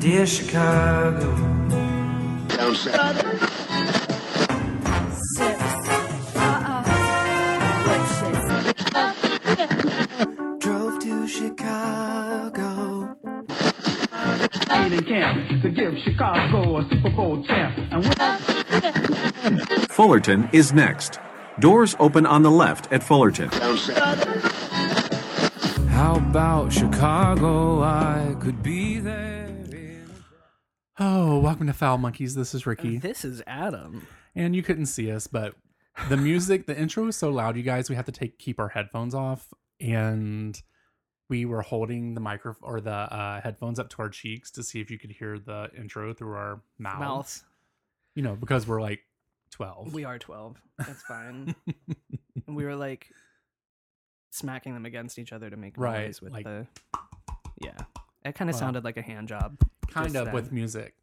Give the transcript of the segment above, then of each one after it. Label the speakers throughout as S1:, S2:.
S1: Dear Chicago. Drove to Chicago.
S2: Made in camp to give Chicago a Super Bowl champ. And when
S3: Fullerton is next. Doors open on the left at Fullerton.
S1: How about Chicago? I could be there. in-
S4: Oh, welcome to Foul Monkeys. This is Ricky.
S5: This is Adam.
S4: and you couldn't see us, but the music, the intro was so loud, you guys, we had to take keep our headphones off, and we were holding the micro or the uh, headphones up to our cheeks to see if you could hear the intro through our mouths.
S5: Mouths.
S4: You know, because we're like twelve.
S5: We are 12. That's fine. and we were like smacking them against each other to make
S4: Right,
S5: noise with
S4: like-
S5: the. Yeah. It kind of
S4: Wow.
S5: sounded like a hand job.
S4: kind
S5: just
S4: of
S5: then.
S4: with music.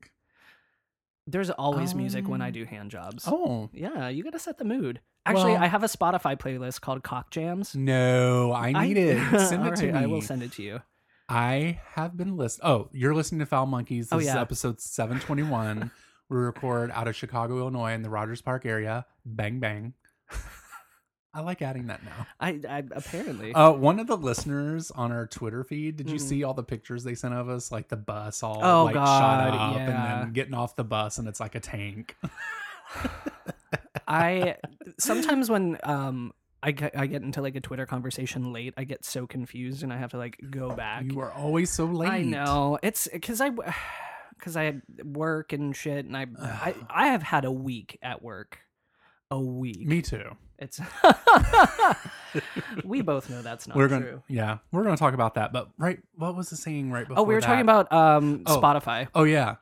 S5: There's always music when I
S4: Um,
S5: do hand jobs.
S4: Oh
S5: Yeah, you got to set the mood. Actually,
S4: Well-
S5: I have a Spotify playlist called Cock Jams.
S4: no, I need it. Send it
S5: All
S4: to
S5: right,
S4: me.
S5: I will send it to you.
S4: I have been listening. Oh, you're listening to Foul Monkeys. This
S5: Oh,
S4: is
S5: yeah.
S4: episode 721. we record out of Chicago, Illinois, in the Rogers Park area. Bang, bang. I like adding that now.
S5: I, I apparently.
S4: Uh, one of the listeners on our Twitter feed, did you
S5: Mhm.
S4: see all the pictures they sent of us? Like the bus all
S5: Oh,
S4: like
S5: God,
S4: shot up and
S5: yeah.
S4: then getting off the bus and it's like a tank.
S5: I sometimes when um I get, I get into like a Twitter conversation late, I get so confused and I have to like go back.
S4: You are always so late.
S5: I know it's because I because I work and shit, and I, I I have had a week at work, a week.
S4: Me too.
S5: It's we both know that's not
S4: we're
S5: true.
S4: gonna yeah, we're gonna talk about that. But right, what was the saying right before?
S5: oh, we were talking
S4: that?
S5: about um
S4: Oh.
S5: Spotify.
S4: Oh yeah.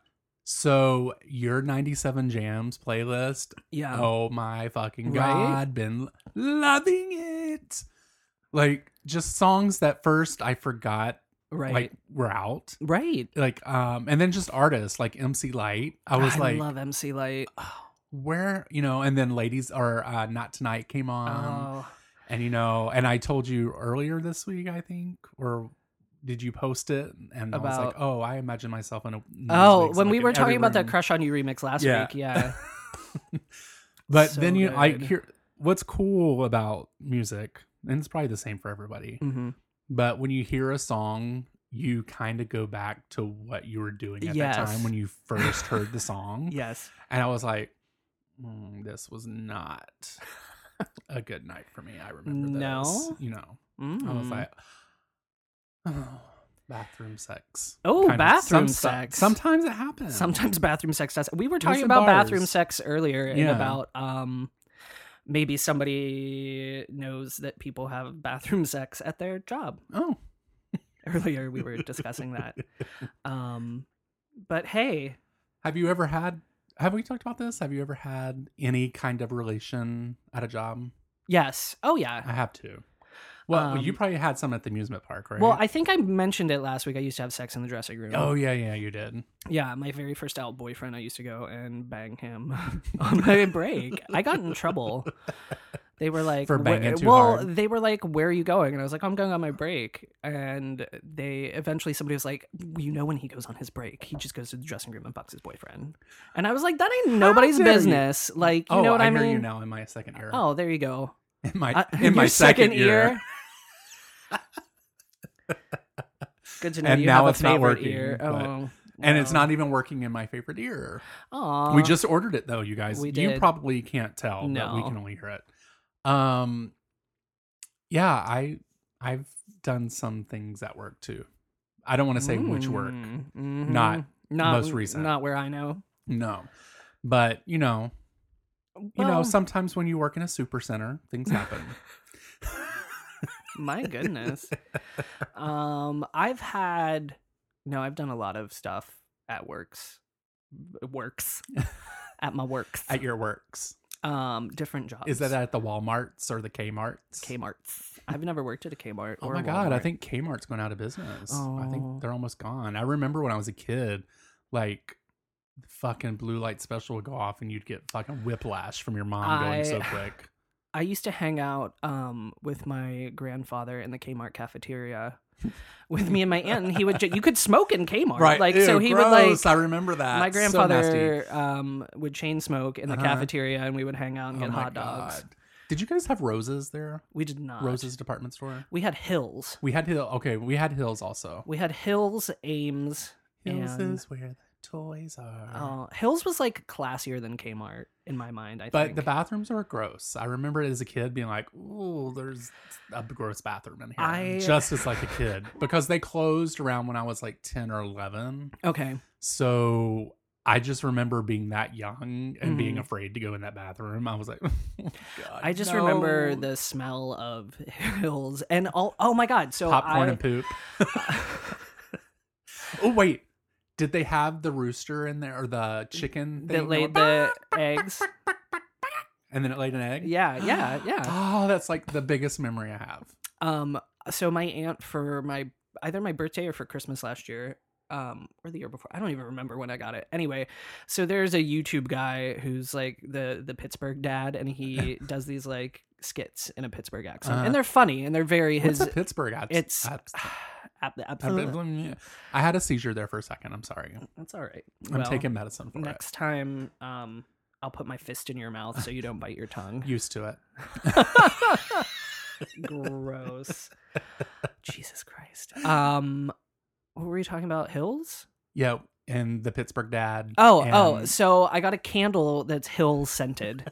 S4: So your 97 jams playlist.
S5: Yeah.
S4: Oh my fucking
S5: Right?
S4: god, been loving it. Like just songs that first I forgot
S5: right.
S4: like were out.
S5: right.
S4: Like um and then just artists like MC Light. I was like um,
S5: love MC Light.
S4: where, you know, and then Ladies Are uh, Not Tonight came on
S5: oh,
S4: and you know, and I told you earlier this week I think or did you post it? And I was like,
S5: About-
S4: oh, I imagine myself in a. in those
S5: oh,
S4: weeks,
S5: when
S4: like,
S5: we
S4: in
S5: were
S4: every
S5: talking about that
S4: room."
S5: Crush on You remix last
S4: Yeah.
S5: week, yeah.
S4: But
S5: So
S4: then you like
S5: good.
S4: here what's cool about music, and it's probably the same for everybody,
S5: hmm
S4: but when you hear a song, you kind of go back to what you were doing at that
S5: Yes.
S4: time when you first heard the song.
S5: Yes.
S4: And I was like, "Mm, this was not a good night for me. I remember this.
S5: No?
S4: You know. I was
S5: Mm.
S4: like, oh, bathroom sex.
S5: Oh,
S4: Kind of-
S5: bathroom
S4: some-
S5: sex.
S4: Sometimes it happens.
S5: sometimes bathroom sex does we were talking
S4: in
S5: about
S4: bars.
S5: bathroom sex earlier and
S4: Yeah.
S5: about um maybe somebody knows that people have bathroom sex at their job
S4: Oh.
S5: earlier we were discussing that um but hey
S4: Have you ever had? Have we talked about this? Have you ever had any kind of relation at a job?
S5: yes oh yeah
S4: I have to. Well, you
S5: Um,
S4: probably had some at the amusement park, right?
S5: well i think i mentioned it last week i used to have sex in the dressing room
S4: Oh yeah, yeah, you did.
S5: yeah my very first out boyfriend i used to go and bang him on my break i got in trouble they were like
S4: For
S5: "Where-"
S4: banging too
S5: well
S4: hard.
S5: they were like where are you going and i was like i'm going on my break and they eventually somebody was like you know when he goes on his break he just goes to the dressing room and fucks his boyfriend and i was like that ain't nobody's
S4: dare you?
S5: business like you
S4: oh,
S5: know what i,
S4: hear
S5: mean
S4: you now in my second ear.
S5: oh there you go
S4: in my
S5: I-
S4: in my
S5: your
S4: second, ear.
S5: good to know
S4: And
S5: you
S4: now
S5: have
S4: it's
S5: a
S4: not
S5: favorite
S4: working,
S5: ear
S4: but-
S5: oh
S4: And it's not even working in my favorite ear.
S5: Aww.
S4: we just ordered it though, you guys.
S5: Uh, we
S4: You
S5: did.
S4: probably can't tell, but we
S5: No.
S4: can only hear it. Um, yeah, I I've done some things at work too. I don't want to say which work.
S5: Mm,
S4: Not
S5: Mm-hmm. not
S4: most recent.
S5: not where i know
S4: No, but you know, you know,
S5: Well-
S4: sometimes when you work in a super center, things happen.
S5: My goodness. um, I've had no, I've done a lot of stuff at works, works, at my works,
S4: at your works.
S5: um, different jobs.
S4: Is that at the Walmarts or the Kmart's?
S5: Kmart's? I've never worked at a Kmart.
S4: Oh
S5: or
S4: my
S5: a
S4: god, I
S5: Walmart.
S4: think Kmart's going out of business. I
S5: Oh.
S4: think they're almost gone. I remember when I was a kid, like the fucking blue light special would go off and you'd get fucking whiplash from your mom going
S5: I-
S4: so quick.
S5: I used to hang out um with my grandfather in the Kmart cafeteria, with me and my aunt. And he would ju- you could smoke in Kmart,
S4: Right.
S5: Like
S4: Ew,
S5: so he would
S4: gross.
S5: like
S4: I remember that.
S5: my
S4: So
S5: grandfather
S4: nasty. Uh-huh.
S5: um would chain smoke in the cafeteria, and we would hang out and get
S4: Oh my
S5: hot dogs.
S4: God. Did you guys have roses there?
S5: We did not
S4: Roses department store.
S5: We had Hills.
S4: We had hill. Okay, we had hills also.
S5: We had Hills, Ames,
S4: Hills
S5: and
S4: is where the toys are.
S5: uh, Hills was like classier than Kmart in my mind. I
S4: but
S5: think.
S4: the bathrooms are gross. I remember as a kid being like, "Ooh, there's a gross bathroom in here."
S5: I-
S4: Just as like a kid, because they closed around when I was like ten or eleven.
S5: okay,
S4: So I just remember being that young and being
S5: Mhm.
S4: afraid to go in that bathroom. I was like, oh my God,
S5: I just remember
S4: no.
S5: the smell of Hills and all. Oh my God! So
S4: popcorn
S5: I,
S4: and poop. oh wait, did they have the rooster in there or the chicken
S5: that
S4: thing
S5: laid
S4: went-
S5: the eggs.
S4: and then it laid an egg?
S5: Yeah, yeah, yeah.
S4: Oh, that's like the biggest memory I have.
S5: Um, so my aunt for my either my birthday or for Christmas last year, um, or the year before. I don't even remember when I got it. Anyway, so there's a YouTube guy who's like the the Pittsburgh dad, and he does these like skits in a Pittsburgh accent,
S4: Uh-huh.
S5: and they're funny and they're very his.
S4: What's a Pittsburgh accent?
S5: it's
S4: Abs-
S5: ab- ab-
S4: abs- I had a seizure there for a second. I'm sorry.
S5: That's all right.
S4: I'm
S5: Well,
S4: taking medicine for
S5: next time. Um, I'll put my fist in your mouth so you don't bite your tongue.
S4: it. Used to it.
S5: Gross. Jesus Christ. Um, what were we talking about? Hills.
S4: Yeah, and the Pittsburgh dad.
S5: Oh,
S4: and-
S5: oh, so I got a candle that's hill scented.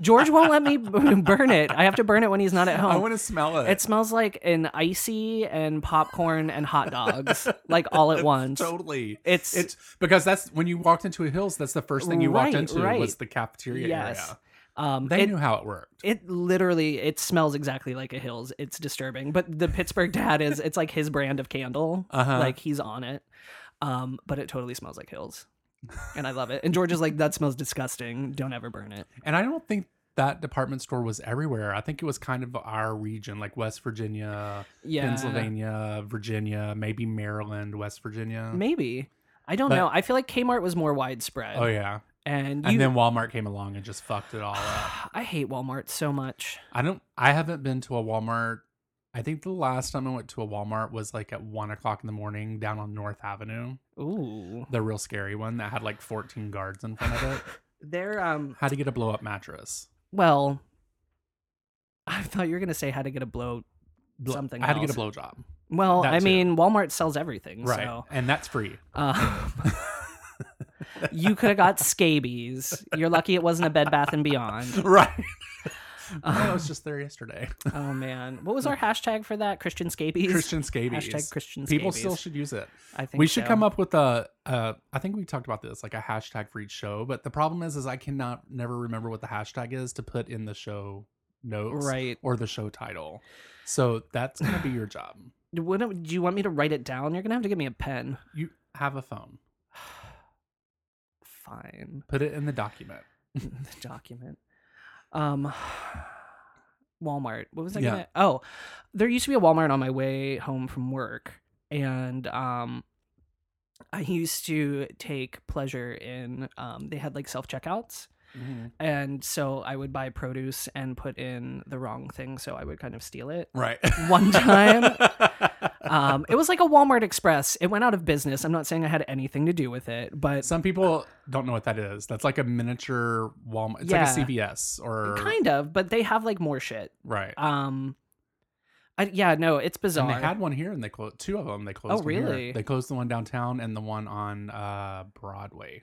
S5: George won't let me b- burn it. I have to burn it when he's not at
S4: I
S5: home.
S4: want to smell it.
S5: It smells like an icy and popcorn and hot dogs, like all at once.
S4: totally.
S5: It's,
S4: It's because that's when you walked into Hills. That's the first thing you walked
S5: Right,
S4: into
S5: right.
S4: was the cafeteria
S5: yes.
S4: area.
S5: Um,
S4: They
S5: it,
S4: knew how it worked.
S5: it literally it smells exactly like a Hills. It's disturbing, but the Pittsburgh dad is it's like his brand of candle.
S4: Uh-huh.
S5: Like he's on it. Um, but it totally smells like Hills, and I love it. And George is like, "That smells disgusting. Don't ever burn it."
S4: And I don't think that department store was everywhere. I think it was kind of our region, like West Virginia,
S5: Yeah,
S4: Pennsylvania, Virginia, maybe Maryland, West Virginia.
S5: Maybe. I don't
S4: But-
S5: know. I feel like Kmart was more widespread.
S4: Oh yeah.
S5: And you
S4: And then Walmart came along and just fucked it all up.
S5: I hate Walmart so much.
S4: I don't. I haven't been to a Walmart. I think the last time I went to a Walmart was like at one o'clock in the morning down on North Avenue,
S5: Ooh.
S4: the real scary one that had like fourteen guards in front of it.
S5: They're um
S4: How to get a blow up mattress?
S5: well I thought you were gonna say how to get a blow
S4: Blow-
S5: something
S4: I had to get
S5: else.
S4: a blowjob.
S5: Well,
S4: That
S5: I
S4: too.
S5: mean Walmart sells everything,
S4: Right,
S5: so
S4: and that's free.
S5: um, you could have got scabies. You're lucky it wasn't a bed bath and beyond.
S4: Right. I was just there yesterday.
S5: Oh man. What was our hashtag for that? Christian scabies?
S4: Christian scabies.
S5: Hashtag Christian
S4: People still
S5: scabies.
S4: should use it.
S5: I think
S4: we should
S5: so.
S4: come up with a uh i think we talked about this like a hashtag for each show but the problem is is i cannot never remember what the hashtag is to put in the show notes
S5: Right.
S4: or the show title so that's gonna be your job
S5: What, do you want me to write it down? You're gonna have to give me a pen.
S4: you have a phone
S5: Fine.
S4: put it in the document
S5: the document. Um, Walmart. What was I
S4: Yeah.
S5: gonna? Oh, there used to be a Walmart on my way home from work, and um, I used to take pleasure in. Um, they had like self checkouts, and so I would buy produce and put in the wrong thing, so I would kind of steal it.
S4: right
S5: One time, um, it was like a Walmart Express. It went out of business. I'm not saying I had anything to do with it, but
S4: some people don't know what that is that's like a miniature walmart it's
S5: Yeah.
S4: like a cvs or
S5: kind of. But they have like more shit.
S4: right
S5: Um, I, yeah, no, it's
S4: and
S5: bizarre.
S4: they had one here and they closed two of them they closed one here.
S5: Oh, really?
S4: they closed the one downtown and the one on uh broadway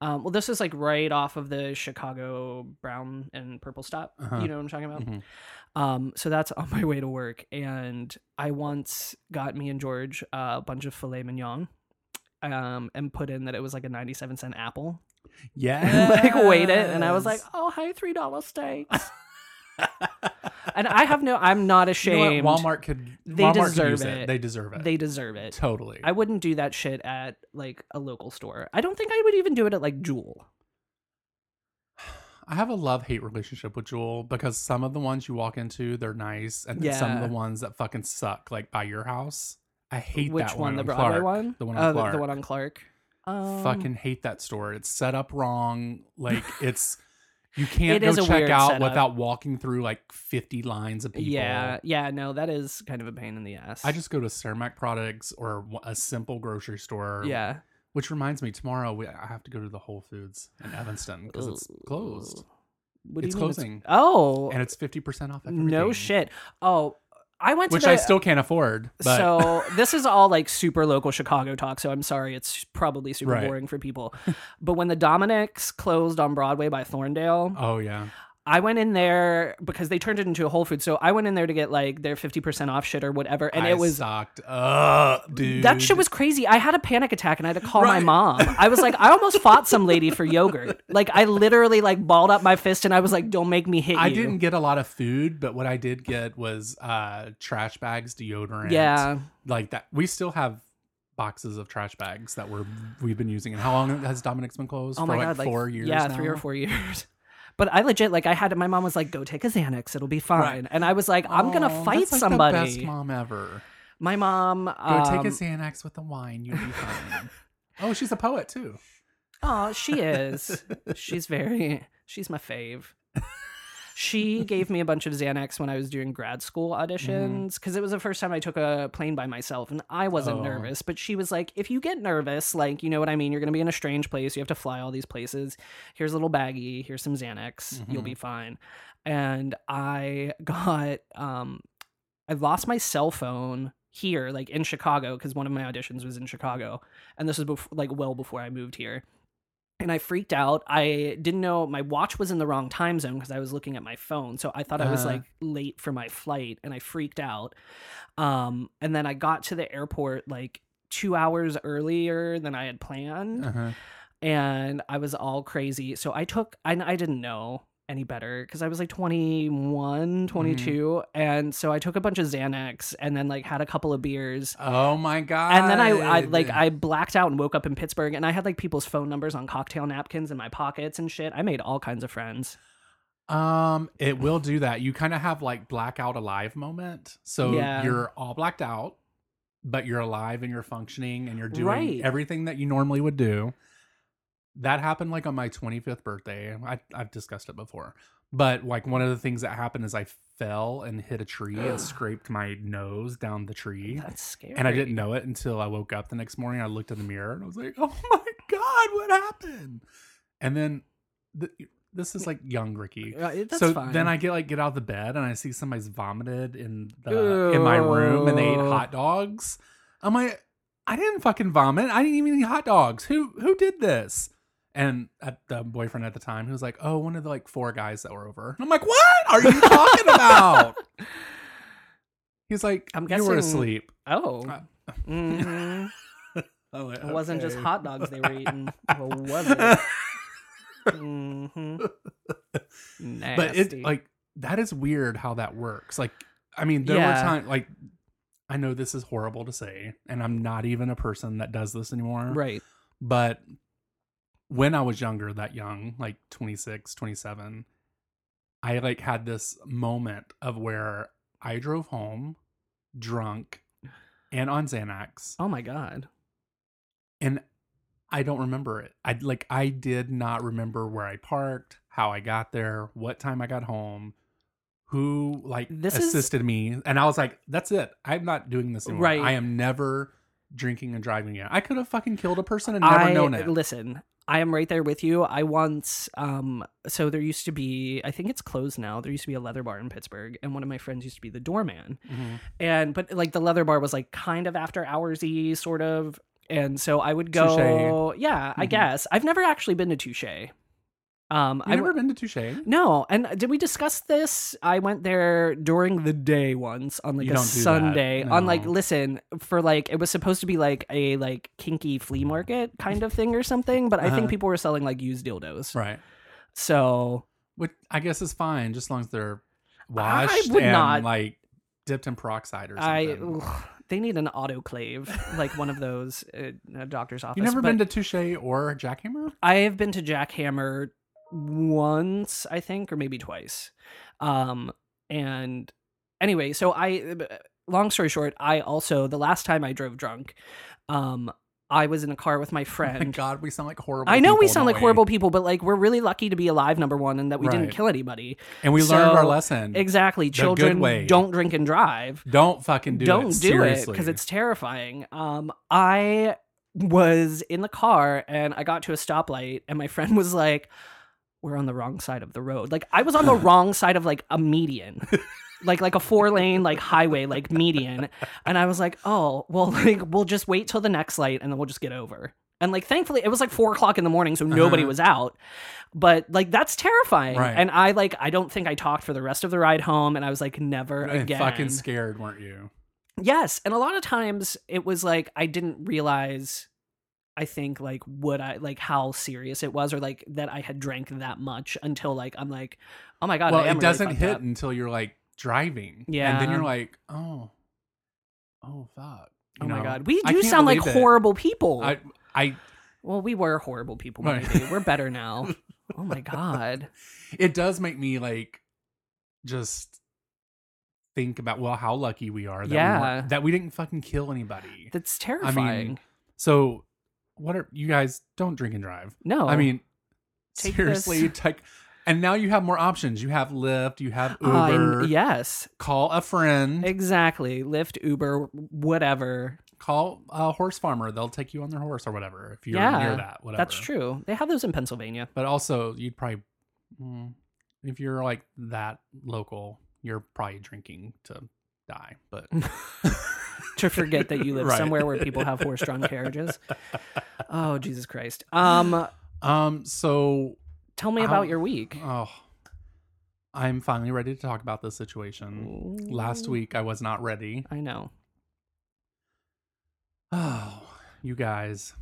S5: um, well, this is like right off of the Chicago Brown and Purple stop.
S4: Uh-huh.
S5: You know what I'm talking about?
S4: Mhm.
S5: Um, so that's on my way to work, and I once got me and George uh, a bunch of filet mignon. Um, and put in that it was like a 97 cent apple.
S4: Yeah.
S5: like weighed it and I was like, "Oh, hi, three dollar steaks." and I have no, I'm not
S4: You know what?
S5: ashamed.
S4: Walmart could.
S5: "Oh, They
S4: Walmart could
S5: deserve
S4: use
S5: it.
S4: They deserve it.
S5: they deserve it.
S4: totally.
S5: I wouldn't do that shit at like a local store. I don't think I would even do it at like Jewel.
S4: I have a love hate relationship with Jewel because some of the ones you walk into, they're nice, and then some of
S5: Yeah.
S4: the ones that fucking suck, like by your house. I hate
S5: Which
S4: that
S5: one?
S4: one.
S5: The
S4: on
S5: Broadway
S4: Clark.
S5: one?
S4: The one
S5: Oh,
S4: on Clark.
S5: The one on Clark. Um,
S4: Fucking hate that store. It's set up wrong. Like it's, You can't
S5: It
S4: go
S5: is a
S4: check
S5: weird
S4: out
S5: setup.
S4: without walking through like 50 lines of people.
S5: Yeah, yeah, no, that is kind of a pain in the ass.
S4: I just go to Cermak products or a simple grocery store.
S5: yeah.
S4: Which reminds me, tomorrow we, I have to go to the Whole Foods in Evanston because it's closed
S5: What do
S4: It's
S5: you mean
S4: closing.
S5: oh,
S4: and it's 50% off. Everything,
S5: no shit. Oh, I went to
S4: Which
S5: the,
S4: I still can't afford. But
S5: So this is all like super local Chicago talk. So I'm sorry, it's probably super
S4: Right.
S5: boring for people. but when the Dominics closed on Broadway by Thorndale,
S4: Oh, yeah.
S5: I went in there because they turned it into a Whole Foods. So I went in there to get like their 50% off shit or whatever, and
S4: I
S5: it was.
S4: stocked up, dude.
S5: That shit was crazy. I had a panic attack and I had to call my
S4: Right.
S5: mom. I was like, I almost fought some lady for yogurt. Like, I literally like balled up my fist and I was like, "Don't make me hit
S4: I
S5: you."
S4: didn't get a lot of food, but what I did get was uh trash bags, deodorant.
S5: Yeah.
S4: Like that we still have boxes of trash bags that we're we've been using. And how long has Dominic's been closed?
S5: Oh
S4: For
S5: my
S4: like
S5: god, like
S4: four years.
S5: Yeah, three
S4: now?
S5: or four years. But I legit like I had my mom was like, "Go take a Xanax, it'll be fine," and I was like, "I'm gonna
S4: Oh,
S5: fight
S4: that's like the
S5: somebody."
S4: best mom ever.
S5: My mom.
S4: Go
S5: Um,
S4: take a Xanax with the wine. You'll be fine. oh, she's a poet too.
S5: oh, she is. she's very. She's my fave. She gave me a bunch of Xanax when I was doing grad school auditions because it was the first time I took a plane by myself and I wasn't
S4: Oh.
S5: nervous. But she was like, if you get nervous, like, you know what I mean? You're going to be in a strange place. You have to fly all these places. Here's a little baggie. Here's some Xanax. You'll
S4: Mhm.
S5: be fine. And I got, um, I lost my cell phone here, like in Chicago, because one of my auditions was in Chicago. And this was bef- like well before I moved here and I freaked out. I didn't know my watch was in the wrong time zone because I was looking at my phone. So I thought I was
S4: Uh-huh.
S5: like late for my flight and I freaked out. Um, and then I got to the airport like two hours earlier than I had planned
S4: Uh-huh.
S5: and I was all crazy. So I took, I, I didn't know any better because I was like 21, 22. And so I took a bunch of Xanax and then like had a couple of beers
S4: Oh my god.
S5: and then I, I like I blacked out and woke up in Pittsburgh, and I had like people's phone numbers on cocktail napkins in my pockets and shit. I made all kinds of friends.
S4: Um, it will do that. You kind of have like blackout alive moment. So
S5: Yeah.
S4: you're all blacked out, but you're alive and you're functioning and you're doing
S5: Right.
S4: everything that you normally would do. That happened like on my 25th birthday. I, I've discussed it before, but like one of the things that happened is I fell and hit a tree and scraped my nose down the tree.
S5: That's scary.
S4: And I didn't know it until I woke up the next morning. I looked in the mirror and I was like, "Oh my god, what happened?" And then th- this is like young Ricky.
S5: Uh, it- that's
S4: so
S5: fine.
S4: then I get like get out of the bed and I see somebody's vomited in the in my room and they ate
S5: Ew.
S4: hot dogs. I'm like, I didn't fucking vomit. I didn't even eat hot dogs. Who who did this? And at the boyfriend at the time, he was like, "Oh, one of the like four guys that were over." And I'm like, "What are you talking about?" He's like,
S5: I'm
S4: "You were
S5: guessing-
S4: asleep."
S5: Oh,
S4: Uh,
S5: Mhm.
S4: I'm like,
S5: it wasn't just
S4: Oh, "Okay."
S5: hot dogs they were eating. What was it? hmm Nasty.
S4: but it like that is weird how that works. Like, I mean, there were
S5: Yeah.
S4: times like I know this is horrible to say, and I'm not even a person that does this anymore.
S5: right.
S4: But when I was younger, that young, like 26, 27, I like had this moment of where I drove home drunk and on Xanax,
S5: Oh my god.
S4: and I don't remember it. I like I did not remember where I parked, how I got there, what time I got home, who like
S5: This is-
S4: assisted me, and I was like, "That's it. I'm not doing this anymore.
S5: Right.
S4: I am never drinking and driving again. I could have fucking killed a person and never
S5: I,
S4: known it.
S5: Listen, I am right there with you. I once, um, so there used to be, I think it's closed now. There used to be a leather bar in Pittsburgh, and one of my friends used to be the doorman.
S4: Mhm.
S5: And but like the leather bar was like kind of after hoursy, sort of. And so I would
S4: Touche.
S5: go, yeah, I
S4: Mhm.
S5: guess. I've never actually been to Touche. Um,
S4: I've
S5: I
S4: never
S5: w-
S4: been to Touche.
S5: no, and did we discuss this? I went there during the day once on like
S4: You
S5: a
S4: don't do that,
S5: Sunday. On like,
S4: no.
S5: listen, for like it was supposed to be like a like kinky flea market kind of thing or something, but I
S4: Uh-huh.
S5: think people were selling like used dildos.
S4: Right.
S5: So
S4: Which I guess is fine, just as long as they're washed
S5: would
S4: and
S5: not-
S4: like dipped in peroxide or
S5: I,
S4: something.
S5: ugh, they need an autoclave, like one of those at a doctor's office.
S4: You've never
S5: but-
S4: been to Touche or Jackhammer? Oh
S5: I have been to Jackhammer once, I think, or maybe twice. Um, and anyway, so I, long story short, I also, the last time I drove drunk, um, I was in a car with my friend.
S4: Thank Oh God we sound like horrible.
S5: I know we
S4: people,
S5: sound
S4: don't
S5: like horrible people, but like we're really lucky to be alive, number one, and that we didn't
S4: Right.
S5: kill anybody.
S4: And we learned our
S5: So,
S4: lesson.
S5: Exactly.
S4: good
S5: Children
S4: way.
S5: don't drink and drive.
S4: Don't fucking do
S5: don't
S4: it.
S5: do it
S4: Seriously.
S5: because it's terrifying. Um, I was in the car and I got to a stoplight, and my friend was like, "We're on the wrong side of the road." Like I was on the wrong side of like a median. Like like a four lane like highway like median, and I was like, oh well, like we'll just wait till the next light and then we'll just get over. And like thankfully it was like four o'clock in the morning, so nobody
S4: Uh-huh.
S5: was out but like that's terrifying
S4: Right.
S5: and i like i don't think i talked for the rest of the ride home and i was like never
S4: And
S5: again
S4: fucking scared, weren't you?
S5: yes and a lot of times it was like i didn't realize i think like what i like how serious it was or like that i had drank that much until like i'm like oh my god I
S4: well,
S5: am
S4: it
S5: really
S4: doesn't
S5: fucked
S4: hit
S5: up.
S4: until you're like driving. And then
S5: Yeah.
S4: you're like, oh, oh, fuck.
S5: oh
S4: You
S5: my
S4: know?
S5: god we
S4: I
S5: do
S4: can't
S5: sound like
S4: believe it.
S5: horrible people
S4: I, I,
S5: well we were horrible people
S4: Right.
S5: maybe we're better now oh my god
S4: it does make me like just think about, well, how lucky we are that, we,
S5: Yeah.
S4: weren't- that we didn't fucking kill anybody.
S5: that's terrifying
S4: so, what are you guys don't drink and drive?
S5: no
S4: I mean,
S5: Oh. Take
S4: seriously, take, and now you have more options. You have Lyft, you have
S5: Uh, and-
S4: Uber.
S5: yes
S4: Call a friend.
S5: Exactly. Lyft, Uber, whatever.
S4: call a horse farmer. They'll take you on their horse or whatever if you're
S5: yeah,
S4: near that. Whatever.
S5: that's true. They have those in Pennsylvania.
S4: But also, you'd probably, mm, if you're like that local, you're probably drinking to die. But
S5: To forget that you live
S4: Right.
S5: somewhere where people have horse-drawn carriages. Oh Jesus Christ. Um,
S4: um, so
S5: tell me about
S4: Ow.
S5: your week.
S4: oh, I'm finally ready to talk about this situation. Last week, I was not ready.
S5: I know.
S4: Oh, you guys.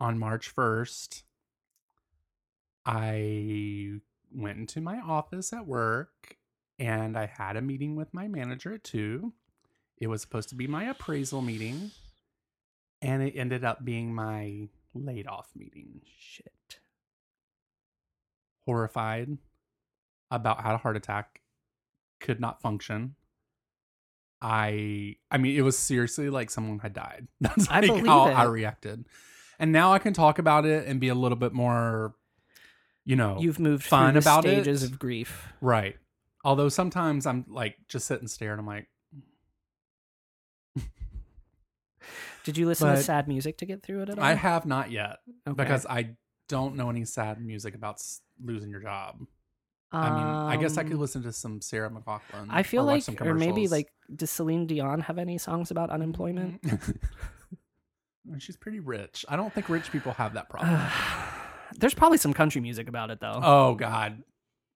S4: On March 1st, I went into my office at work and I had a meeting with my manager at 2. It was supposed to be my appraisal meeting and it ended up being my laid off meeting.
S5: Shit.
S4: Horrified, about had a heart attack, could not function. I I mean it was seriously like someone had died. That's
S5: I
S4: like
S5: believe
S4: how I
S5: it.
S4: reacted. And now I can talk about it and be a little bit more you know
S5: You've moved
S4: fine
S5: through the
S4: Oh, about it.
S5: stages of grief.
S4: right. Although sometimes I'm like just sit and stare and I'm like
S5: Did you listen
S4: But-
S5: to sad music to get through it at all?
S4: I have not yet
S5: Okay.
S4: because I don't know any sad music about s- losing your job. I mean, I guess I could
S5: Um,
S4: listen to some Sarah McLaughlin.
S5: I feel
S4: or watch
S5: like,
S4: some
S5: or maybe
S4: commercials.
S5: like, does Celine Dion have any songs about unemployment?
S4: Mm. She's pretty rich. I don't think rich people have that problem.
S5: There's probably some country music about it though.
S4: Mm-hmm. oh God,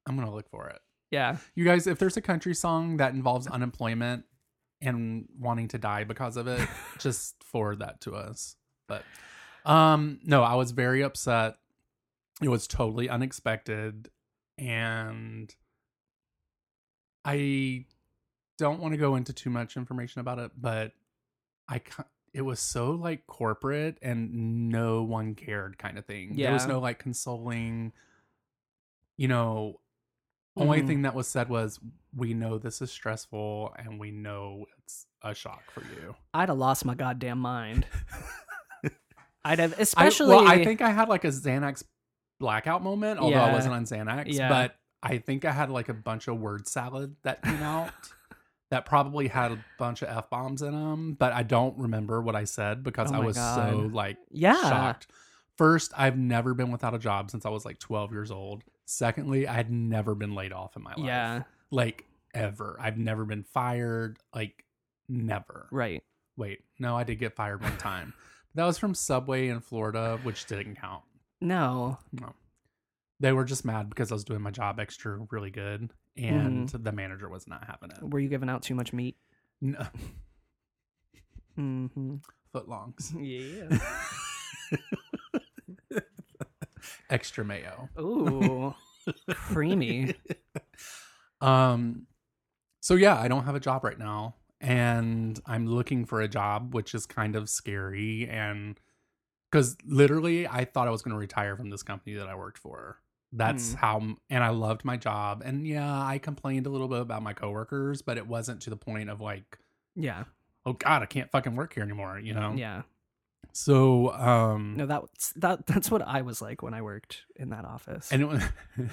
S4: I'm gonna look for it.
S5: yeah.
S4: You guys, if there's a country song that involves unemployment and wanting to die because of it, just forward that to us. But um no, I was very upset. It was totally unexpected and I don't want to go into too much information about it, but I ki- it was so like corporate and no one cared kind of thing. There was
S5: Yeah.
S4: no like consoling you know, only
S5: Mhm.
S4: thing that was said was we know this is stressful and we know it's a shock for you
S5: I'd have lost my goddamn mind. I'd have,
S4: I-
S5: especially.
S4: well i think i had like a xanax blackout moment although i
S5: Yeah.
S4: wasn't on xanax
S5: Yeah.
S4: but i think i had like a bunch of word salad that came out that probably had a bunch of f-bombs in them but i don't remember what i said because
S5: Oh
S4: i
S5: my
S4: was so
S5: God.
S4: like
S5: yeah,
S4: shocked first i've never been without a job since i was like 12 years old secondly i had never been laid off in my life
S5: yeah,
S4: like ever. I've never been fired, like never.
S5: right.
S4: Wait, no, I did get fired one time. that was from Subway in Florida, which didn't count.
S5: No,
S4: No. They were just mad because I was doing my job extra really good and the manager was not having it.
S5: were you giving out too much meat?
S4: No,
S5: Mm-hmm.
S4: footlongs,
S5: Yeah.
S4: extra mayo.
S5: Ooh, creamy.
S4: Um so yeah, I don't have a job right now and I'm looking for a job, which is kind of scary and cuz literally I thought I was going to retire from this company that I worked for. That's how and I loved my job and yeah, I complained a little bit about my coworkers, but it wasn't to the point of like,
S5: Yeah,
S4: oh god, I can't fucking work here anymore, you know.
S5: yeah.
S4: So um
S5: No, that that that's what I was like when I worked in that office.
S4: and it was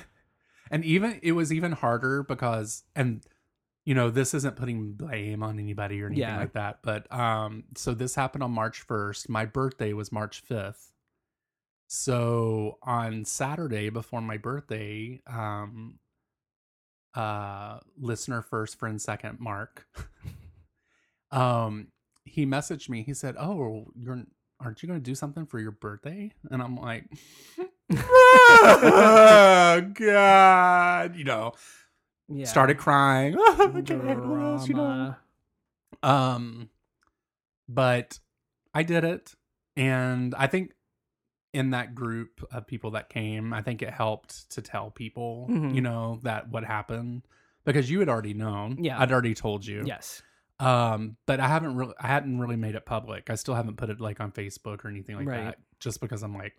S4: and even it was even harder because and you know this isn't putting blame on anybody or anything
S5: Yeah.
S4: like that but um so this happened on march 1st my birthday was march 5th so on saturday before my birthday um uh listener first friend second mark um he messaged me he said oh you're aren't you going to do something for your birthday and i'm like oh god you know
S5: yeah.
S4: started crying oh, God, what else, you know?
S5: Drama.
S4: um but i did it and i think in that group of people that came i think it helped to tell people
S5: Mhm.
S4: you know that what happened because you had already known
S5: Yeah.
S4: i'd already told you
S5: Yes.
S4: um but i haven't really i hadn't really made it public i still haven't put it like on facebook or anything like
S5: Right.
S4: that just because i'm like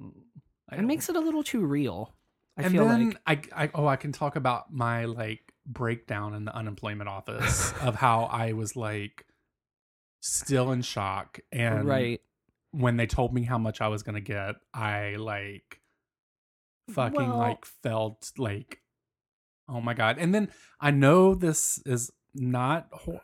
S4: I
S5: It
S4: don't-
S5: makes it a little too real. I
S4: and
S5: feel
S4: then
S5: like
S4: I, I oh i can talk about my like breakdown in the unemployment office of how i was like still in shock and
S5: right.
S4: when they told me how much i was gonna get i like fucking
S5: Well-
S4: like felt like oh my god and then i know this is not hor-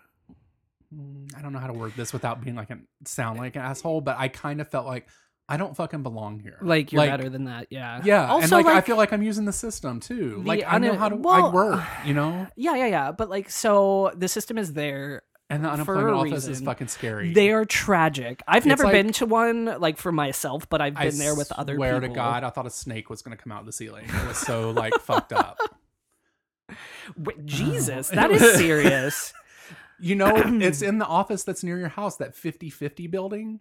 S4: Mm, i don't know how to word this without being like an sound
S5: Eh,
S4: like an asshole but i kind of felt like i don't fucking belong here
S5: Like you're better than that. Yeah.
S4: yeah,
S5: Also,
S4: and like, I feel like I'm using the system too.
S5: The
S4: Like I know
S5: une-
S4: how to I
S5: well,
S4: work, you know.
S5: Yeah, yeah, yeah. But like, so the system is there.
S4: And the
S5: for a
S4: unemployment office is
S5: reason,
S4: fucking scary.
S5: They are tragic. I've
S4: It's
S5: never
S4: like-
S5: been to one like for myself, but I've been there with other
S4: swear to
S5: people.
S4: God, I thought a snake was gonna come out of the ceiling. It was so like fucked up.
S5: Wait, Jesus, that is serious.
S4: You know, it's in the office that's near your house, that 50-50 building.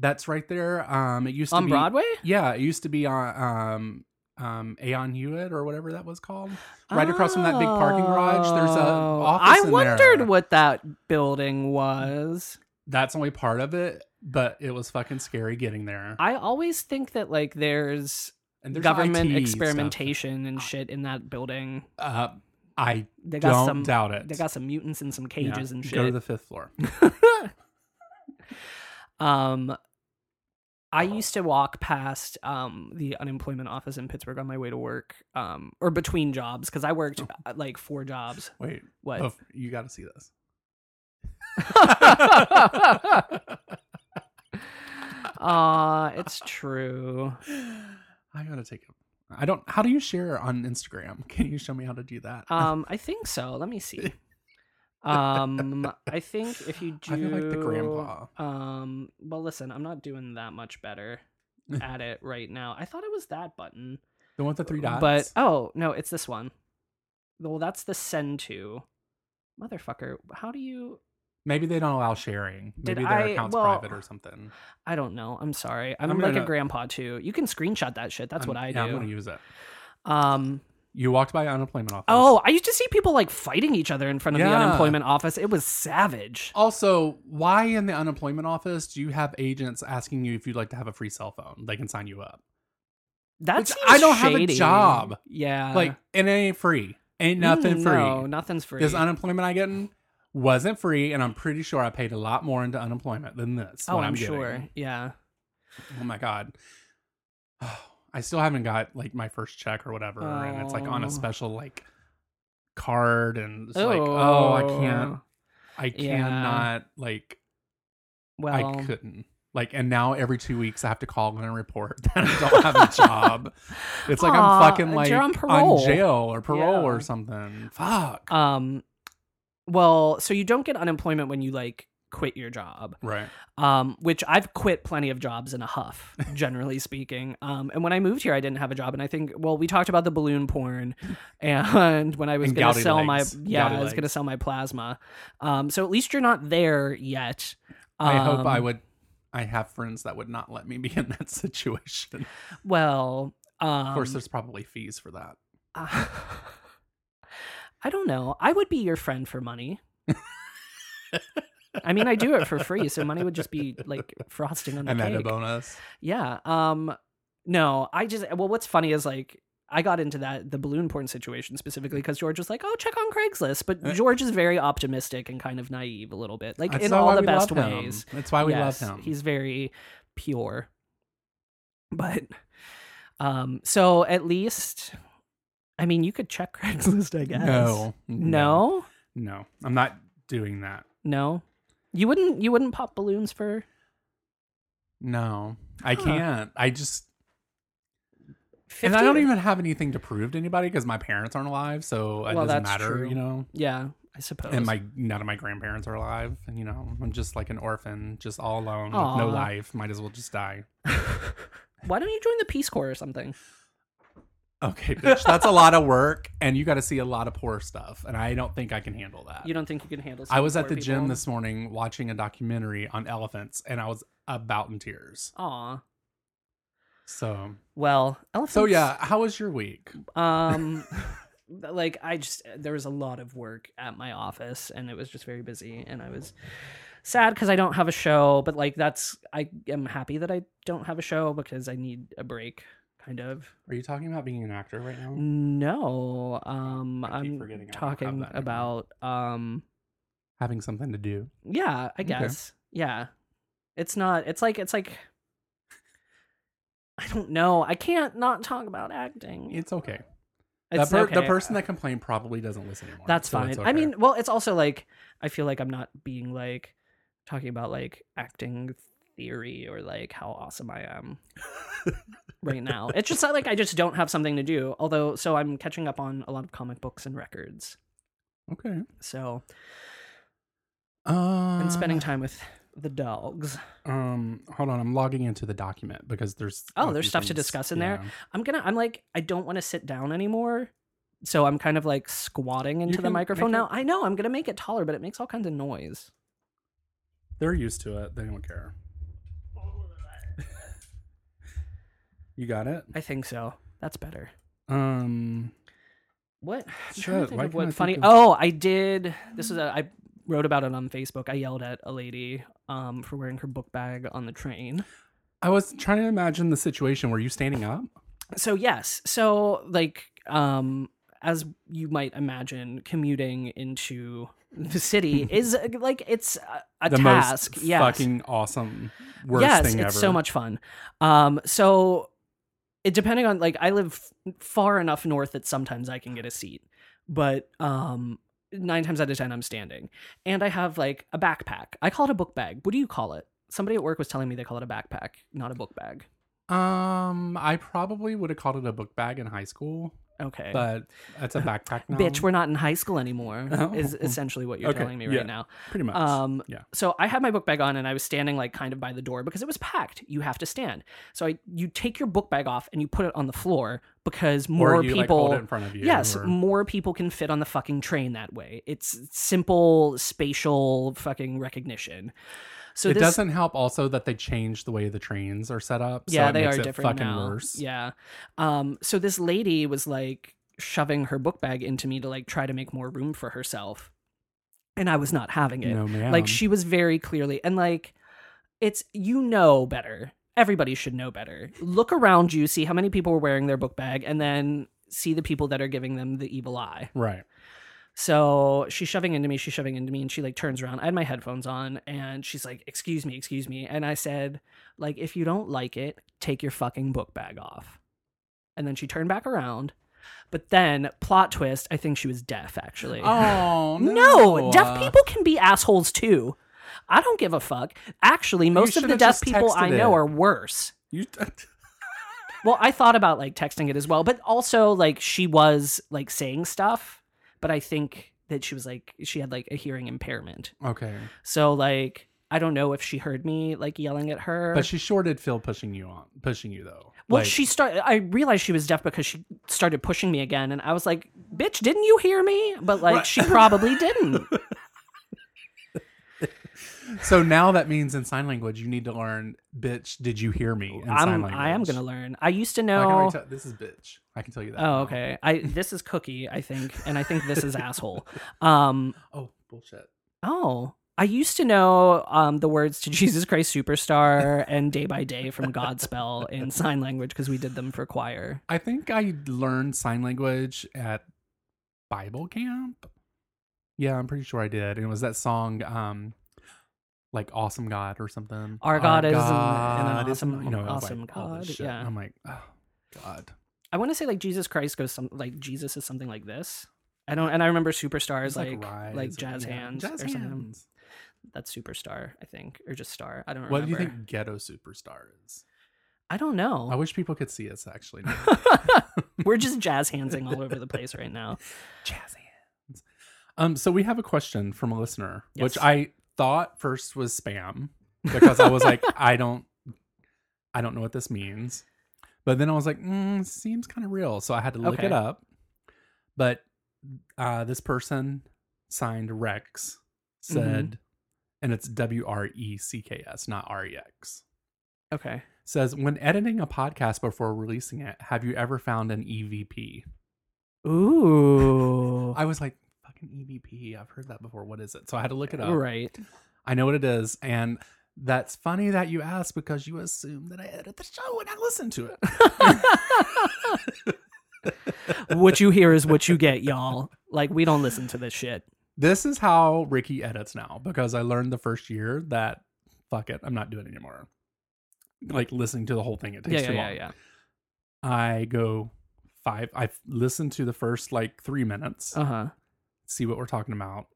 S4: That's right there. Um, it used to
S5: On
S4: be
S5: Broadway?
S4: Yeah, it used to be on um um Aon Hewitt or whatever that was called. Right across from that big parking garage, there's a
S5: Oh,
S4: office.
S5: I
S4: in
S5: wondered
S4: there.
S5: what that building was.
S4: that's only part of it, but it was fucking scary getting there.
S5: I always think that like there's,
S4: and there's
S5: government
S4: IT stuff.
S5: experimentation and shit in that building.
S4: Uh, I
S5: They got
S4: don't
S5: some
S4: doubt it.
S5: they got some mutants in some
S4: Yeah,
S5: cages and
S4: Go to
S5: shit.
S4: the fifth floor.
S5: um I used to walk past um the unemployment office in Pittsburgh on my way to work um or between jobs cuz I worked
S4: Oh.
S5: uh, like four jobs.
S4: Wait,
S5: What?
S4: oh, you got to see this.
S5: Aw, it's true.
S4: I gotta take it. I don't. How do you share on Instagram? Can you show me how to do that?
S5: Um I think so. Let me see. Um I think if you do
S4: I feel like the grandpa.
S5: Um. Well, listen, I'm not doing that much better at it right now. I thought it was that button,
S4: The one with the three dots.
S5: but oh no, it's this one. Well, that's the send to. Motherfucker, how do you?
S4: maybe they don't allow sharing.
S5: Did
S4: Maybe their
S5: I-
S4: account's
S5: well,
S4: private or something.
S5: I don't know. I'm sorry. I'm,
S4: I'm
S5: like
S4: gonna-
S5: a grandpa too. You can screenshot that shit. That's
S4: I'm-
S5: what I
S4: yeah, I'm
S5: do.
S4: gonna use it.
S5: um.
S4: You walked by unemployment office.
S5: Oh, I used to see people like fighting each other in front of the
S4: Yeah. Oh,
S5: unemployment office. It was savage.
S4: Also, why in the unemployment office do you have agents asking you if you'd like to have a free cell phone? They can sign you up.
S5: That's
S4: Which I don't have a job.
S5: Yeah.
S4: like, and it ain't free. Ain't nothing
S5: Uh, Mm,
S4: free.
S5: No, nothing's free.
S4: This unemployment I getting wasn't free, and I'm pretty sure I paid a lot more into unemployment than this.
S5: oh,
S4: what
S5: I'm,
S4: I'm getting.
S5: sure. Yeah.
S4: Oh my god. I still haven't got like my first check or whatever, and it's like on
S5: Oh.
S4: a special like card, and it's like, oh, I can't, I
S5: Yeah.
S4: cannot, like,
S5: Well,
S4: I couldn't. Like, and now every two weeks I have to call in and report that I don't have a job. It's like
S5: Aw,
S4: I'm fucking like
S5: you're on parole.
S4: jail or parole or
S5: Yeah.
S4: something. Fuck.
S5: Um, well, so you don't get unemployment when you like quit your job.
S4: right.
S5: Um, which I've quit plenty of jobs in a huff, generally speaking. Um, and when I moved here, I didn't have a job, and I think well, we talked about the balloon porn, and when I was
S4: And
S5: gonna
S4: gouty
S5: sell
S4: legs.
S5: my yeah,
S4: Gouty
S5: I was gonna
S4: legs.
S5: sell my plasma. Um, so at least you're not there yet.
S4: I hope I
S5: Um,
S4: would. I have friends that would not let me be in that situation.
S5: Well, um,
S4: Of course, there's probably fees for that.
S5: Uh, I don't know. I would be your friend for money. I mean, I do it for free, so money would just be like frosting on the
S4: And then a
S5: cake.
S4: bonus.
S5: Yeah. Um. No, I just well, what's funny is like I got into that the balloon porn situation specifically because George was like, "Oh, check on Craigslist,"
S4: Uh,
S5: but George is very optimistic and kind of naive a little bit, like
S4: That's
S5: in
S4: not why
S5: all the
S4: we
S5: best
S4: love him.
S5: ways.
S4: That's why we
S5: yes,
S4: love him.
S5: He's very pure, but um, so at least, I mean, you could check Craigslist, I guess.
S4: no,
S5: no,
S4: no. I'm not doing that.
S5: no. You wouldn't. You wouldn't pop balloons for.
S4: No, I
S5: Huh.
S4: can't. I just
S5: 50?
S4: and I don't even have anything to prove to anybody because my parents aren't alive, so it
S5: Well,
S4: doesn't
S5: that's
S4: matter,
S5: true.
S4: you know.
S5: Yeah, I suppose.
S4: And my none of my grandparents are alive, and you know I'm just like an orphan, just all alone, with
S5: Aw.
S4: no life. Might as well just die.
S5: Why don't you join the Peace Corps or something?
S4: Okay, bitch, that's a lot of work, and you got to see a lot of poor stuff, and I don't think I can handle that.
S5: You don't think you can handle?
S4: I was at
S5: poor
S4: the gym
S5: people?
S4: this morning watching a documentary on elephants, and I was about in tears.
S5: Aw.
S4: So,
S5: Well, elephants.
S4: so yeah. How was your week?
S5: Um, like I just there was a lot of work at my office, and it was just very busy, and I was sad because I don't have a show. But like that's I am happy that I don't have a show because I need a break, kind of.
S4: Are you talking about being an actor right now?
S5: No, um,
S4: I keep forgetting I
S5: I'm
S4: don't have
S5: talking
S4: that right now.
S5: about um,
S4: Having something to do.
S5: yeah, I
S4: Okay.
S5: guess, yeah. It's not. It's like it's like. I don't know. I can't not talk about acting.
S4: It's okay.
S5: It's
S4: the, per- the
S5: okay.
S4: person that complained probably doesn't listen anymore.
S5: That's
S4: so
S5: fine.
S4: it's
S5: I
S4: okay.
S5: mean, well, it's also like I feel like I'm not being like talking about like acting theory or like how awesome I am right now. It's just that, like I just don't have something to do. Although, so I'm catching up on a lot of comic books and records.
S4: okay.
S5: So
S4: Um,
S5: and spending time with the dogs.
S4: Um, hold on. I'm logging into the document because there's
S5: Oh,
S4: a
S5: there's
S4: few
S5: stuff to
S4: things-
S5: discuss in
S4: yeah.
S5: I'm gonna. I'm like I don't want to sit down anymore. So I'm kind of like squatting into the
S4: can
S5: microphone
S4: make
S5: now.
S4: it-
S5: I know I'm gonna make it taller, but it makes all kinds of noise.
S4: They're used to it. They don't care. you got it.
S5: I think so. That's better.
S4: Um,
S5: What? I'm trying to
S4: Shit,
S5: think
S4: why
S5: of
S4: can't
S5: what
S4: I think
S5: funny? Mm-hmm.
S4: of-
S5: Oh, I did. This is a, I wrote about it on Facebook. I yelled at a lady um for wearing her book bag on the train.
S4: I was trying to imagine the situation. Were you standing up?
S5: So yes, so like um as you might imagine, commuting into the city is uh, like it's a, a
S4: the
S5: task.
S4: most
S5: yes.
S4: fucking awesome worst
S5: yes,
S4: thing
S5: it's
S4: ever.
S5: so much fun. Um, so it depending on like I live far enough north that sometimes I can get a seat, but um, nine times out of ten I'm standing, and I have like a backpack. I call it a book bag. What do you call it? Somebody at work was telling me they call it a backpack, not a book bag.
S4: Um, I probably would have called it a book bag in high school,
S5: Okay,
S4: but that's a backpack now.
S5: bitch, we're not in high school anymore.
S4: Oh.
S5: Is essentially what you're
S4: Okay,
S5: telling me
S4: yeah.
S5: right now.
S4: pretty much.
S5: Um,
S4: yeah.
S5: So I had my book bag on and I was standing like kind of by the door because it was packed. You have to stand. So I, you take your book bag off and you put it on the floor because more
S4: or you like
S5: people.
S4: hold it in front of you.
S5: Yes,
S4: or-
S5: more people can fit on the fucking train that way. It's simple spatial fucking recognition. So
S4: it
S5: this,
S4: doesn't help also that they changed the way the trains are set up. so
S5: yeah,
S4: it
S5: they
S4: makes
S5: are
S4: it
S5: different
S4: fucking
S5: now.
S4: worse.
S5: Yeah. Um. So this lady was like shoving her book bag into me to like try to make more room for herself, and I was not having it.
S4: No, ma'am.
S5: Like she was very clearly and like it's you know better. Everybody should know better. Look around you, see how many people were wearing their book bag, and then see the people that are giving them the evil eye.
S4: Right.
S5: So she's shoving into me, she's shoving into me, and she like turns around. I had my headphones on and she's like, excuse me, excuse me. And I said, like, if you don't like it, take your fucking book bag off. And then she turned back around. But then, plot twist, I think she was deaf actually.
S4: Oh
S5: No, deaf
S4: uh,
S5: people can be assholes too. I don't give a fuck. Actually, most
S4: should
S5: of the
S4: have
S5: deaf
S4: just
S5: people I
S4: texted
S5: know
S4: it.
S5: are worse.
S4: You,
S5: Well, I thought about like texting it as well, but also like she was like saying stuff, but I think that she was like she had like a hearing impairment.
S4: okay,
S5: So like I don't know if she heard me like yelling at her.
S4: but she sure did feel pushing you on, pushing you though.
S5: well,
S4: Like,
S5: she started. I realized she was deaf because she started pushing me again, and I was like, "Bitch, didn't you hear me?" But like,
S4: Right.
S5: she probably didn't.
S4: So now that means in sign language, you need to learn. Bitch, did you hear me? In sign
S5: I'm.
S4: language,
S5: I am gonna learn. I used
S4: I
S5: to
S4: can
S5: know.
S4: already tell- this is bitch. I can tell you that.
S5: Oh,
S4: now.
S5: okay. I this is cookie, I think, and I think this is asshole. Um.
S4: Oh, bullshit.
S5: Oh, I used to know um, the words to Jesus Christ Superstar and Day by Day from Godspell in sign language because we did them for choir.
S4: I think I learned sign language at Bible camp. Yeah, I'm pretty sure I did. And it was that song, um, like "Awesome God" or something.
S5: Our God is an- an awesome-
S4: you know, I was
S5: awesome
S4: like, holy
S5: God,
S4: shit.
S5: yeah.
S4: I'm like, oh God.
S5: I want to say like Jesus Christ goes some like Jesus is something like this. I don't, and I remember Superstar
S4: It's
S5: is like like,
S4: Rise or-
S5: jazz
S4: yeah,
S5: hands
S4: Jazz
S5: or something.
S4: hands.
S5: That's Superstar, I think, or just Star. I don't remember.
S4: What do you think ghetto superstar is?
S5: I don't know.
S4: I wish people could see us actually. now.
S5: We're just jazz handsing all over the place right now.
S4: jazz hands. Um, so we have a question from a listener,
S5: Yes.
S4: which I thought first was spam because I was like, I don't, I don't know what this means. But then I was like, mm, seems kind of real, so I had to look it
S5: Okay.
S4: up. But uh, this person signed Rex said,
S5: Mm-hmm.
S4: and it's W R E C K S, not R E X.
S5: Okay.
S4: Says when editing a podcast before releasing it, have you ever found an E EVP?
S5: Ooh.
S4: I was like, fucking EVP. I've heard that before. What is it? So I had to look it up.
S5: right.
S4: I know what it is. And that's funny that you asked because you assume that I edit the show and I listen to it.
S5: what you hear is what you get, y'all. Like we don't listen to this shit.
S4: this is how Ricky edits now because I learned the first year that fuck it, I'm not doing it anymore. Like listening to the whole thing, it takes
S5: Yeah,
S4: too
S5: yeah, yeah,
S4: long.
S5: yeah.
S4: I go five. I listen to the first like three minutes.
S5: Uh huh.
S4: see what we're talking about.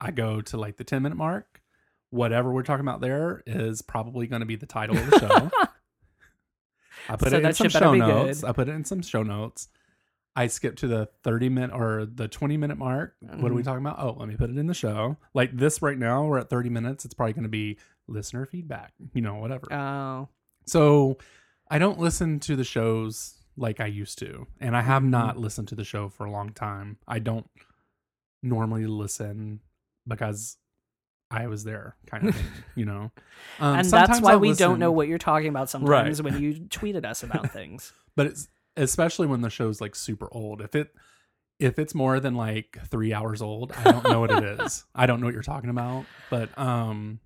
S4: I go to like the 10 minute mark. Whatever we're talking about there is probably going to be the title of the show. I put
S5: So
S4: it in
S5: that
S4: some
S5: shit better
S4: show
S5: be
S4: notes.
S5: good.
S4: I put it in some show notes. I skip to the 30 minute or the 20 minute mark. What
S5: Mm-hmm.
S4: are we talking about? Oh, let me put it in the show. Like this right now, we're at 30 minutes. It's probably going to be listener feedback, you know, whatever. Um,
S5: Oh.
S4: So I don't listen to the shows like I used to, and I have
S5: Mm-hmm.
S4: not listened to the show for a long time. I don't normally listen because I was there, kind of, thing, you know. Um,
S5: and that's
S4: sometimes
S5: why
S4: I
S5: we don't know
S4: listen,
S5: what you're talking about sometimes when you tweeted us about things.
S4: But it's especially when the show's like super old. If it if it's more than like three hours old, I don't know what it is. I don't know what you're talking about. But um,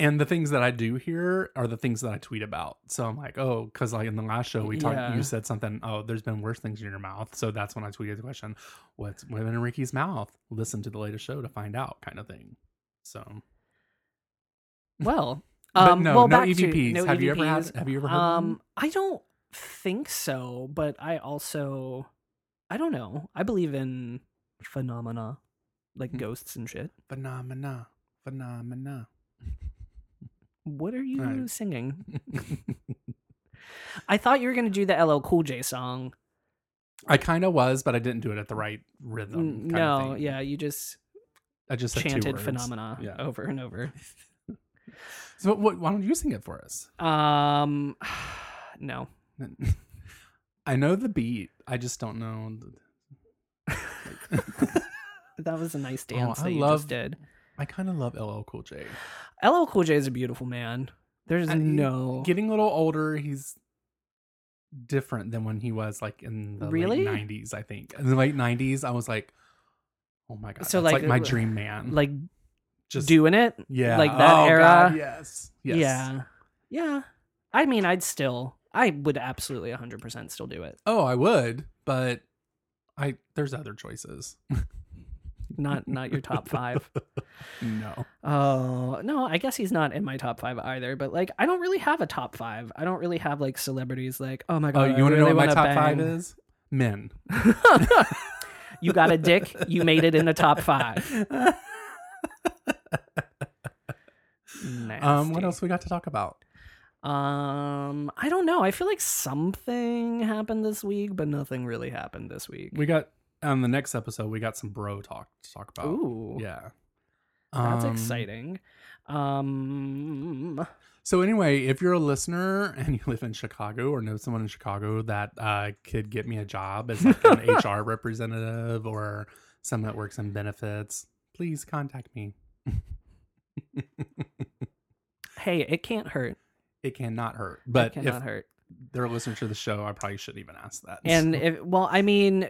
S4: and the things that I do here are the things that I tweet about. So I'm like, oh, because like in the last show we talked,
S5: Yeah.
S4: you said something. Oh, there's been worse things in your mouth. So that's when I tweeted the question, "What's been in Ricky's mouth?" Listen to the latest show to find out, kind of thing. So,
S5: Well,
S4: But
S5: um,
S4: no,
S5: well,
S4: no
S5: back to-
S4: EVPs.
S5: no
S4: Have you ever had-
S5: EVPs.
S4: have you ever heard of
S5: Um,
S4: them?
S5: I don't think so, but I also, I don't know. I believe in phenomena, like
S4: Hmm.
S5: ghosts and shit.
S4: phenomena, phenomena.
S5: What are you
S4: Right.
S5: singing? I thought you were gonna do the LL Cool J song.
S4: I kind of was, but I didn't do it at the right rhythm.
S5: N-
S4: kind of
S5: no,
S4: thing.
S5: yeah, you just
S4: I just said two
S5: chanted
S4: words.
S5: phenomena
S4: Yeah.
S5: over and over.
S4: So, what, why don't you sing it for us?
S5: Um, no.
S4: I know the beat. I just don't know. th-
S5: That was a nice dance
S4: Oh, I
S5: that you
S4: love-
S5: just did.
S4: I kind of love LL Cool J.
S5: LL Cool J is a beautiful man. There's
S4: I-
S5: no
S4: Getting a little older, he's different than when he was like in the
S5: Really?
S4: late 90s, I think. In the late 90s, I was like, oh my God.
S5: So,
S4: So,
S5: like,
S4: like, my
S5: uh,
S4: dream man.
S5: like
S4: just
S5: doing it.
S4: yeah.
S5: like that
S4: Oh,
S5: era.
S4: God, yes. Yes.
S5: Yeah. Yeah. I mean, I'd still, I would absolutely 100% still do it.
S4: Oh, I would, but I there's other choices.
S5: Not, not your top five.
S4: No.
S5: Oh, no, I guess he's not in my top five either, but like, I don't really have a top five. I don't really have like celebrities like, oh my
S4: Oh,
S5: God.
S4: you want to
S5: really
S4: know what my
S5: wanna
S4: top
S5: bang.
S4: five is? Men.
S5: You got a dick. You made it in the top five.
S4: Um, what
S5: Nasty.
S4: else we got to talk about?
S5: Um, I don't know. I feel like something happened this week, but nothing really happened this week.
S4: We got on the next episode. We got some bro talk to talk about.
S5: Ooh,
S4: Yeah,
S5: that's
S4: Um,
S5: exciting. Um,
S4: So anyway, if you're a listener and you live in Chicago or know someone in Chicago that uh, could get me a job as like an HR representative or someone that works in benefits, please contact me.
S5: hey, it can't hurt.
S4: It cannot hurt,
S5: But it
S4: but
S5: cannot
S4: if
S5: hurt.
S4: they're a listener to the show, I probably shouldn't even ask that.
S5: And if well, I mean,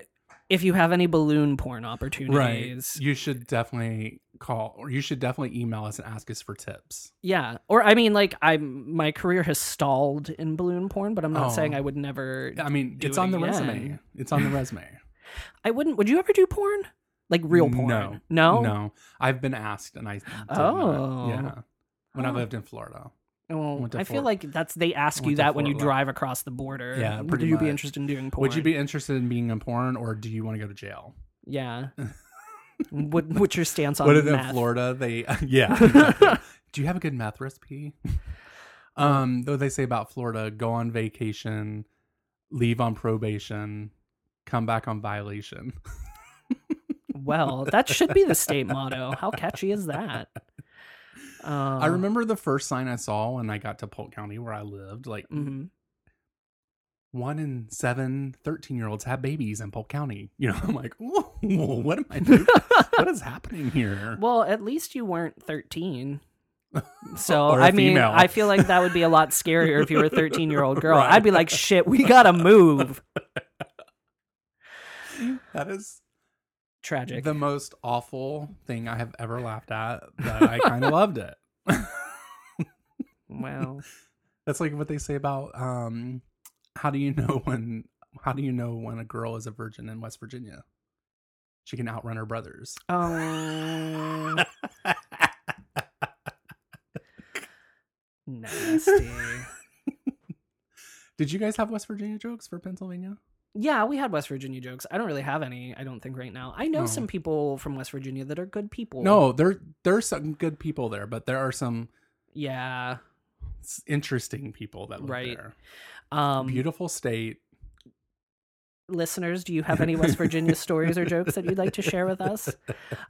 S5: if you have any balloon porn opportunities.
S4: You should definitely call or you should definitely email us and ask us for tips.
S5: Yeah. Or I mean like I'm my career has stalled in balloon porn, but I'm not
S4: Oh.
S5: saying I would never
S4: I mean,
S5: Do
S4: it's
S5: it
S4: on the
S5: again.
S4: resume. It's on the resume.
S5: I wouldn't would you ever do porn? Like real porn?
S4: No.
S5: No?
S4: No. I've been asked and I did not.
S5: Oh.
S4: Yeah. When I
S5: Huh.
S4: lived in Florida.
S5: Well,
S4: Went to
S5: I feel
S4: Fort-
S5: like that's they ask
S4: went
S5: you
S4: to
S5: that when
S4: Fort
S5: you
S4: Lauderdale.
S5: drive across the border.
S4: Yeah,
S5: Would
S4: pretty
S5: you be
S4: much.
S5: interested in doing porn?
S4: Would you be interested in being in porn or do you want to go to jail?
S5: Yeah. what what's your stance on
S4: what if
S5: meth?
S4: in Florida they yeah. exactly. Do you have a good meth recipe? Um, though they say about Florida, go on vacation, leave on probation, come back on violation.
S5: Well, that should be the state motto. How catchy is that? Um,
S4: I remember the first sign I saw when I got to Polk County where I lived, like
S5: mhm.
S4: one in seven 13 year olds have babies in Polk County. You know, I'm like, whoa, what am I doing? what is happening here?
S5: Well, at least you weren't 13. So,
S4: Or a
S5: I mean,
S4: female.
S5: I feel like that would be a lot scarier if you were a 13 year old girl.
S4: Right.
S5: I'd be like, shit, we gotta move.
S4: that is
S5: Tragic.
S4: the most awful thing I have ever laughed at, but I kind of loved it.
S5: Wow.
S4: That's like what they say about um, how do you know when how do you know when a girl is a virgin in West Virginia? She can outrun her brothers.
S5: Um, nasty.
S4: Did you guys have West Virginia jokes for Pennsylvania?
S5: Yeah, we had West Virginia jokes. I don't really have any, I don't think, right now. I know
S4: No.
S5: some people from West Virginia that are good people.
S4: No, there there's some good people there, but there are some
S5: Yeah.
S4: s- interesting people that live
S5: Right.
S4: there.
S5: Um,
S4: Beautiful state.
S5: listeners, do you have any West Virginia stories or jokes that you'd like to share with us?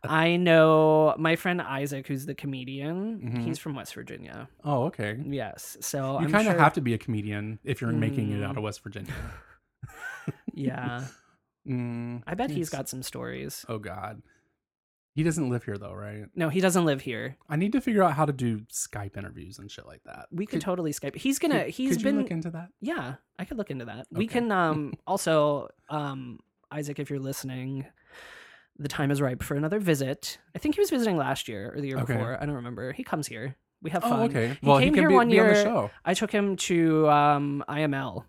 S5: I know my friend Isaac, who's the comedian,
S4: Mhm.
S5: he's from West Virginia.
S4: Oh, okay. You
S5: Yes. So
S4: kind
S5: I'm
S4: of
S5: sure,
S4: have to be a comedian if you're making it
S5: Mm.
S4: out of West Virginia.
S5: Yeah.
S4: Mm,
S5: I bet he's
S4: yes.
S5: got some stories.
S4: Oh God, he doesn't live here though, right?
S5: No, he doesn't live here.
S4: I need to figure out how to do Skype interviews and shit like that.
S5: We could, totally Skype. He's gonna
S4: could-
S5: He's
S4: could
S5: been
S4: you look into that.
S5: Yeah, I could look into that. We
S4: Okay.
S5: can um also um Isaac if you're listening, the time is ripe for another visit. I think he was visiting last year or the year
S4: Okay.
S5: before. I don't remember. He comes here. We have fun.
S4: Oh, okay.
S5: He
S4: well,
S5: came
S4: he can
S5: here
S4: be,
S5: one
S4: be on the
S5: year.
S4: show.
S5: I took him to um IML.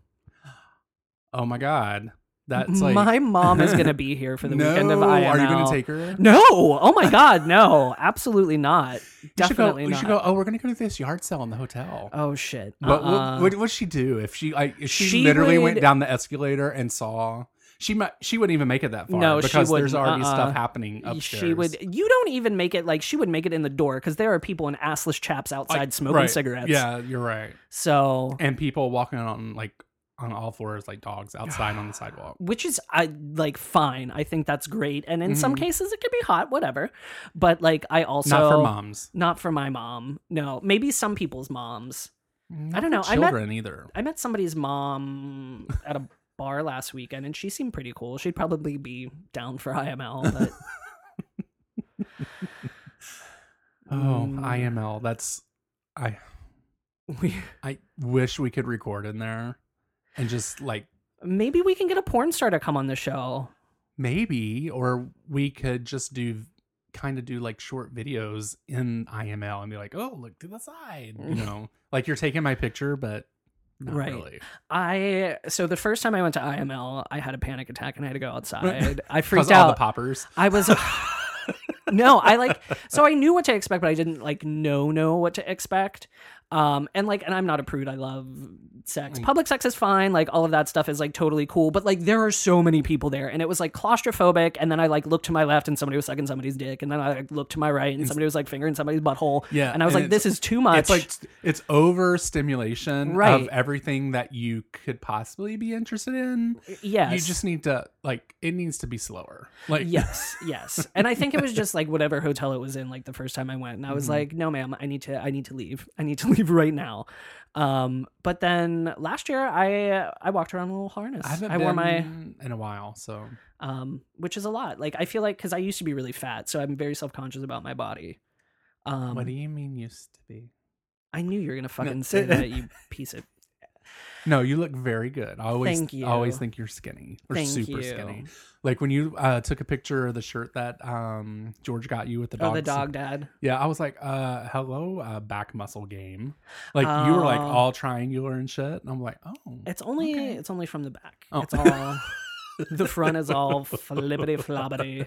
S4: Oh my God, that's like
S5: my mom is gonna be here for the
S4: no,
S5: weekend of IML.
S4: Are you gonna take her?
S5: No! Oh my god, no! Absolutely not.
S4: We should go-
S5: Definitely
S4: we
S5: not.
S4: should go. Oh, we're gonna go to this yard sale in the hotel.
S5: Oh shit!
S4: But
S5: Uh-uh.
S4: what would what'd she do if she like if she,
S5: She
S4: literally went
S5: would-
S4: down the escalator and saw she might she wouldn't even make it that far
S5: No, she
S4: because there's
S5: wouldn't.
S4: already
S5: Uh-uh.
S4: stuff happening upstairs.
S5: She would. You don't even make it like she would make it in the door because there are people and assless chaps outside
S4: Like,
S5: smoking
S4: right.
S5: cigarettes.
S4: Yeah, you're right.
S5: So,
S4: And people walking on like on all fours like dogs outside on the sidewalk.
S5: which is I like fine. I think that's great. And in some cases, it could be hot, whatever. But like, I also
S4: Mm-hmm. Not for moms.
S5: Not for my mom. No, maybe some people's moms. I don't know. I met
S4: Children either.
S5: I met somebody's mom at a bar last weekend, and she seemed pretty cool. She'd probably be down for IML, but
S4: Oh,
S5: Mm.
S4: IML. That's I
S5: we,
S4: I wish we could record in there and just like
S5: maybe we can get a porn star to come on the show.
S4: maybe or we could just do kind of do like short videos in IML and be like, "Oh, look to the side." You know, like you're taking my picture but not
S5: Right.
S4: really.
S5: I so the first time I went to IML, I had a panic attack and I had to go outside. I
S4: 'Cause
S5: freaked
S4: all the
S5: out.
S4: poppers.
S5: I was no, I like so I knew what to expect, but I didn't like know know what to expect. Um and like and I'm not a prude. I love
S4: Mm.
S5: sex. Public sex is fine. Like all of that stuff is like totally cool. But like there are so many people there, and it was like claustrophobic. And then I like looked to my left and somebody was sucking somebody's dick, and then I like, looked to my right and somebody was like fingering somebody's butthole.
S4: Yeah,
S5: and I was
S4: and
S5: like,
S4: it's-
S5: this is too much.
S4: It's like it's overstimulation
S5: Right.
S4: of everything that you could possibly be interested in.
S5: yes,
S4: You just need to like it needs to be slower. Like
S5: yes yes and i think it was just like whatever hotel it was in like the first time i went and i
S4: Mm-hmm.
S5: was like no ma'am i need to i need to leave i need to leave right now um but then last year i i walked around in a little harness
S4: I
S5: i,
S4: haven't
S5: wore my
S4: been in a while, so
S5: um which is a lot like i feel like because i used to be really fat so i'm very self-conscious about my body um
S4: what do you mean used to be?
S5: i knew you were gonna fucking say that you piece of
S4: No, you look very good. I always
S5: Thank you.
S4: always think you're skinny or
S5: Thank
S4: super
S5: you.
S4: skinny. Like when you uh, took a picture of the shirt that um, George got you with the dog.
S5: Oh, the dog dad.
S4: Yeah, I was like, uh, hello, uh, back muscle game. Like you were like
S5: Oh.
S4: all triangular and shit. And I'm like, oh.
S5: It's only
S4: Okay.
S5: it's only from the back.
S4: Oh.
S5: It's all the front is all flippity flobbity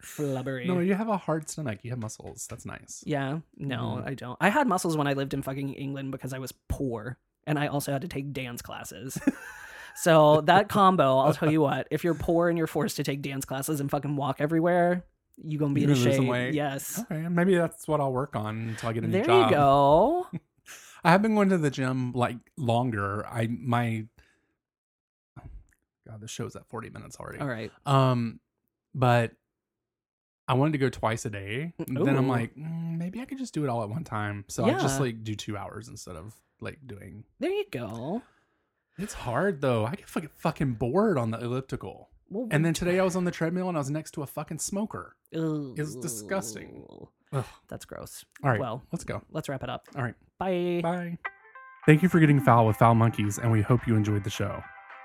S5: flubbery.
S4: No, you have a hard stomach. You have muscles. That's nice.
S5: yeah, no,
S4: Mm-hmm.
S5: I don't. I had muscles when I lived in fucking England because I was poor and I also had to take dance classes. so that combo, I'll tell you what, if you're poor and you're forced to take dance classes and fucking walk everywhere, you gonna be
S4: You're
S5: in
S4: gonna lose some
S5: shape.
S4: weight.
S5: Yes.
S4: Okay, maybe that's what I'll work on until I get a new
S5: There
S4: job.
S5: you go.
S4: I have been going to the gym like longer. I my oh, God, this show's at 40 minutes already.
S5: All right.
S4: Um, but I wanted to go twice a day. Then I'm
S5: Ooh.
S4: like, "Mm, maybe I could just do it all at one time. So I just
S5: Yeah.
S4: like do two hours instead of like doing.
S5: There you go.
S4: It's hard though. I get fucking fucking bored on the elliptical.
S5: Well,
S4: And then today I was on the treadmill and I was next to a fucking smoker.
S5: it's
S4: disgusting.
S5: That's gross.
S4: All right.
S5: Well, Eh.
S4: let's go.
S5: let's wrap it up.
S4: All right.
S5: Bye.
S4: Bye. Thank you for getting foul with Foul Monkeys, and we hope you enjoyed the show.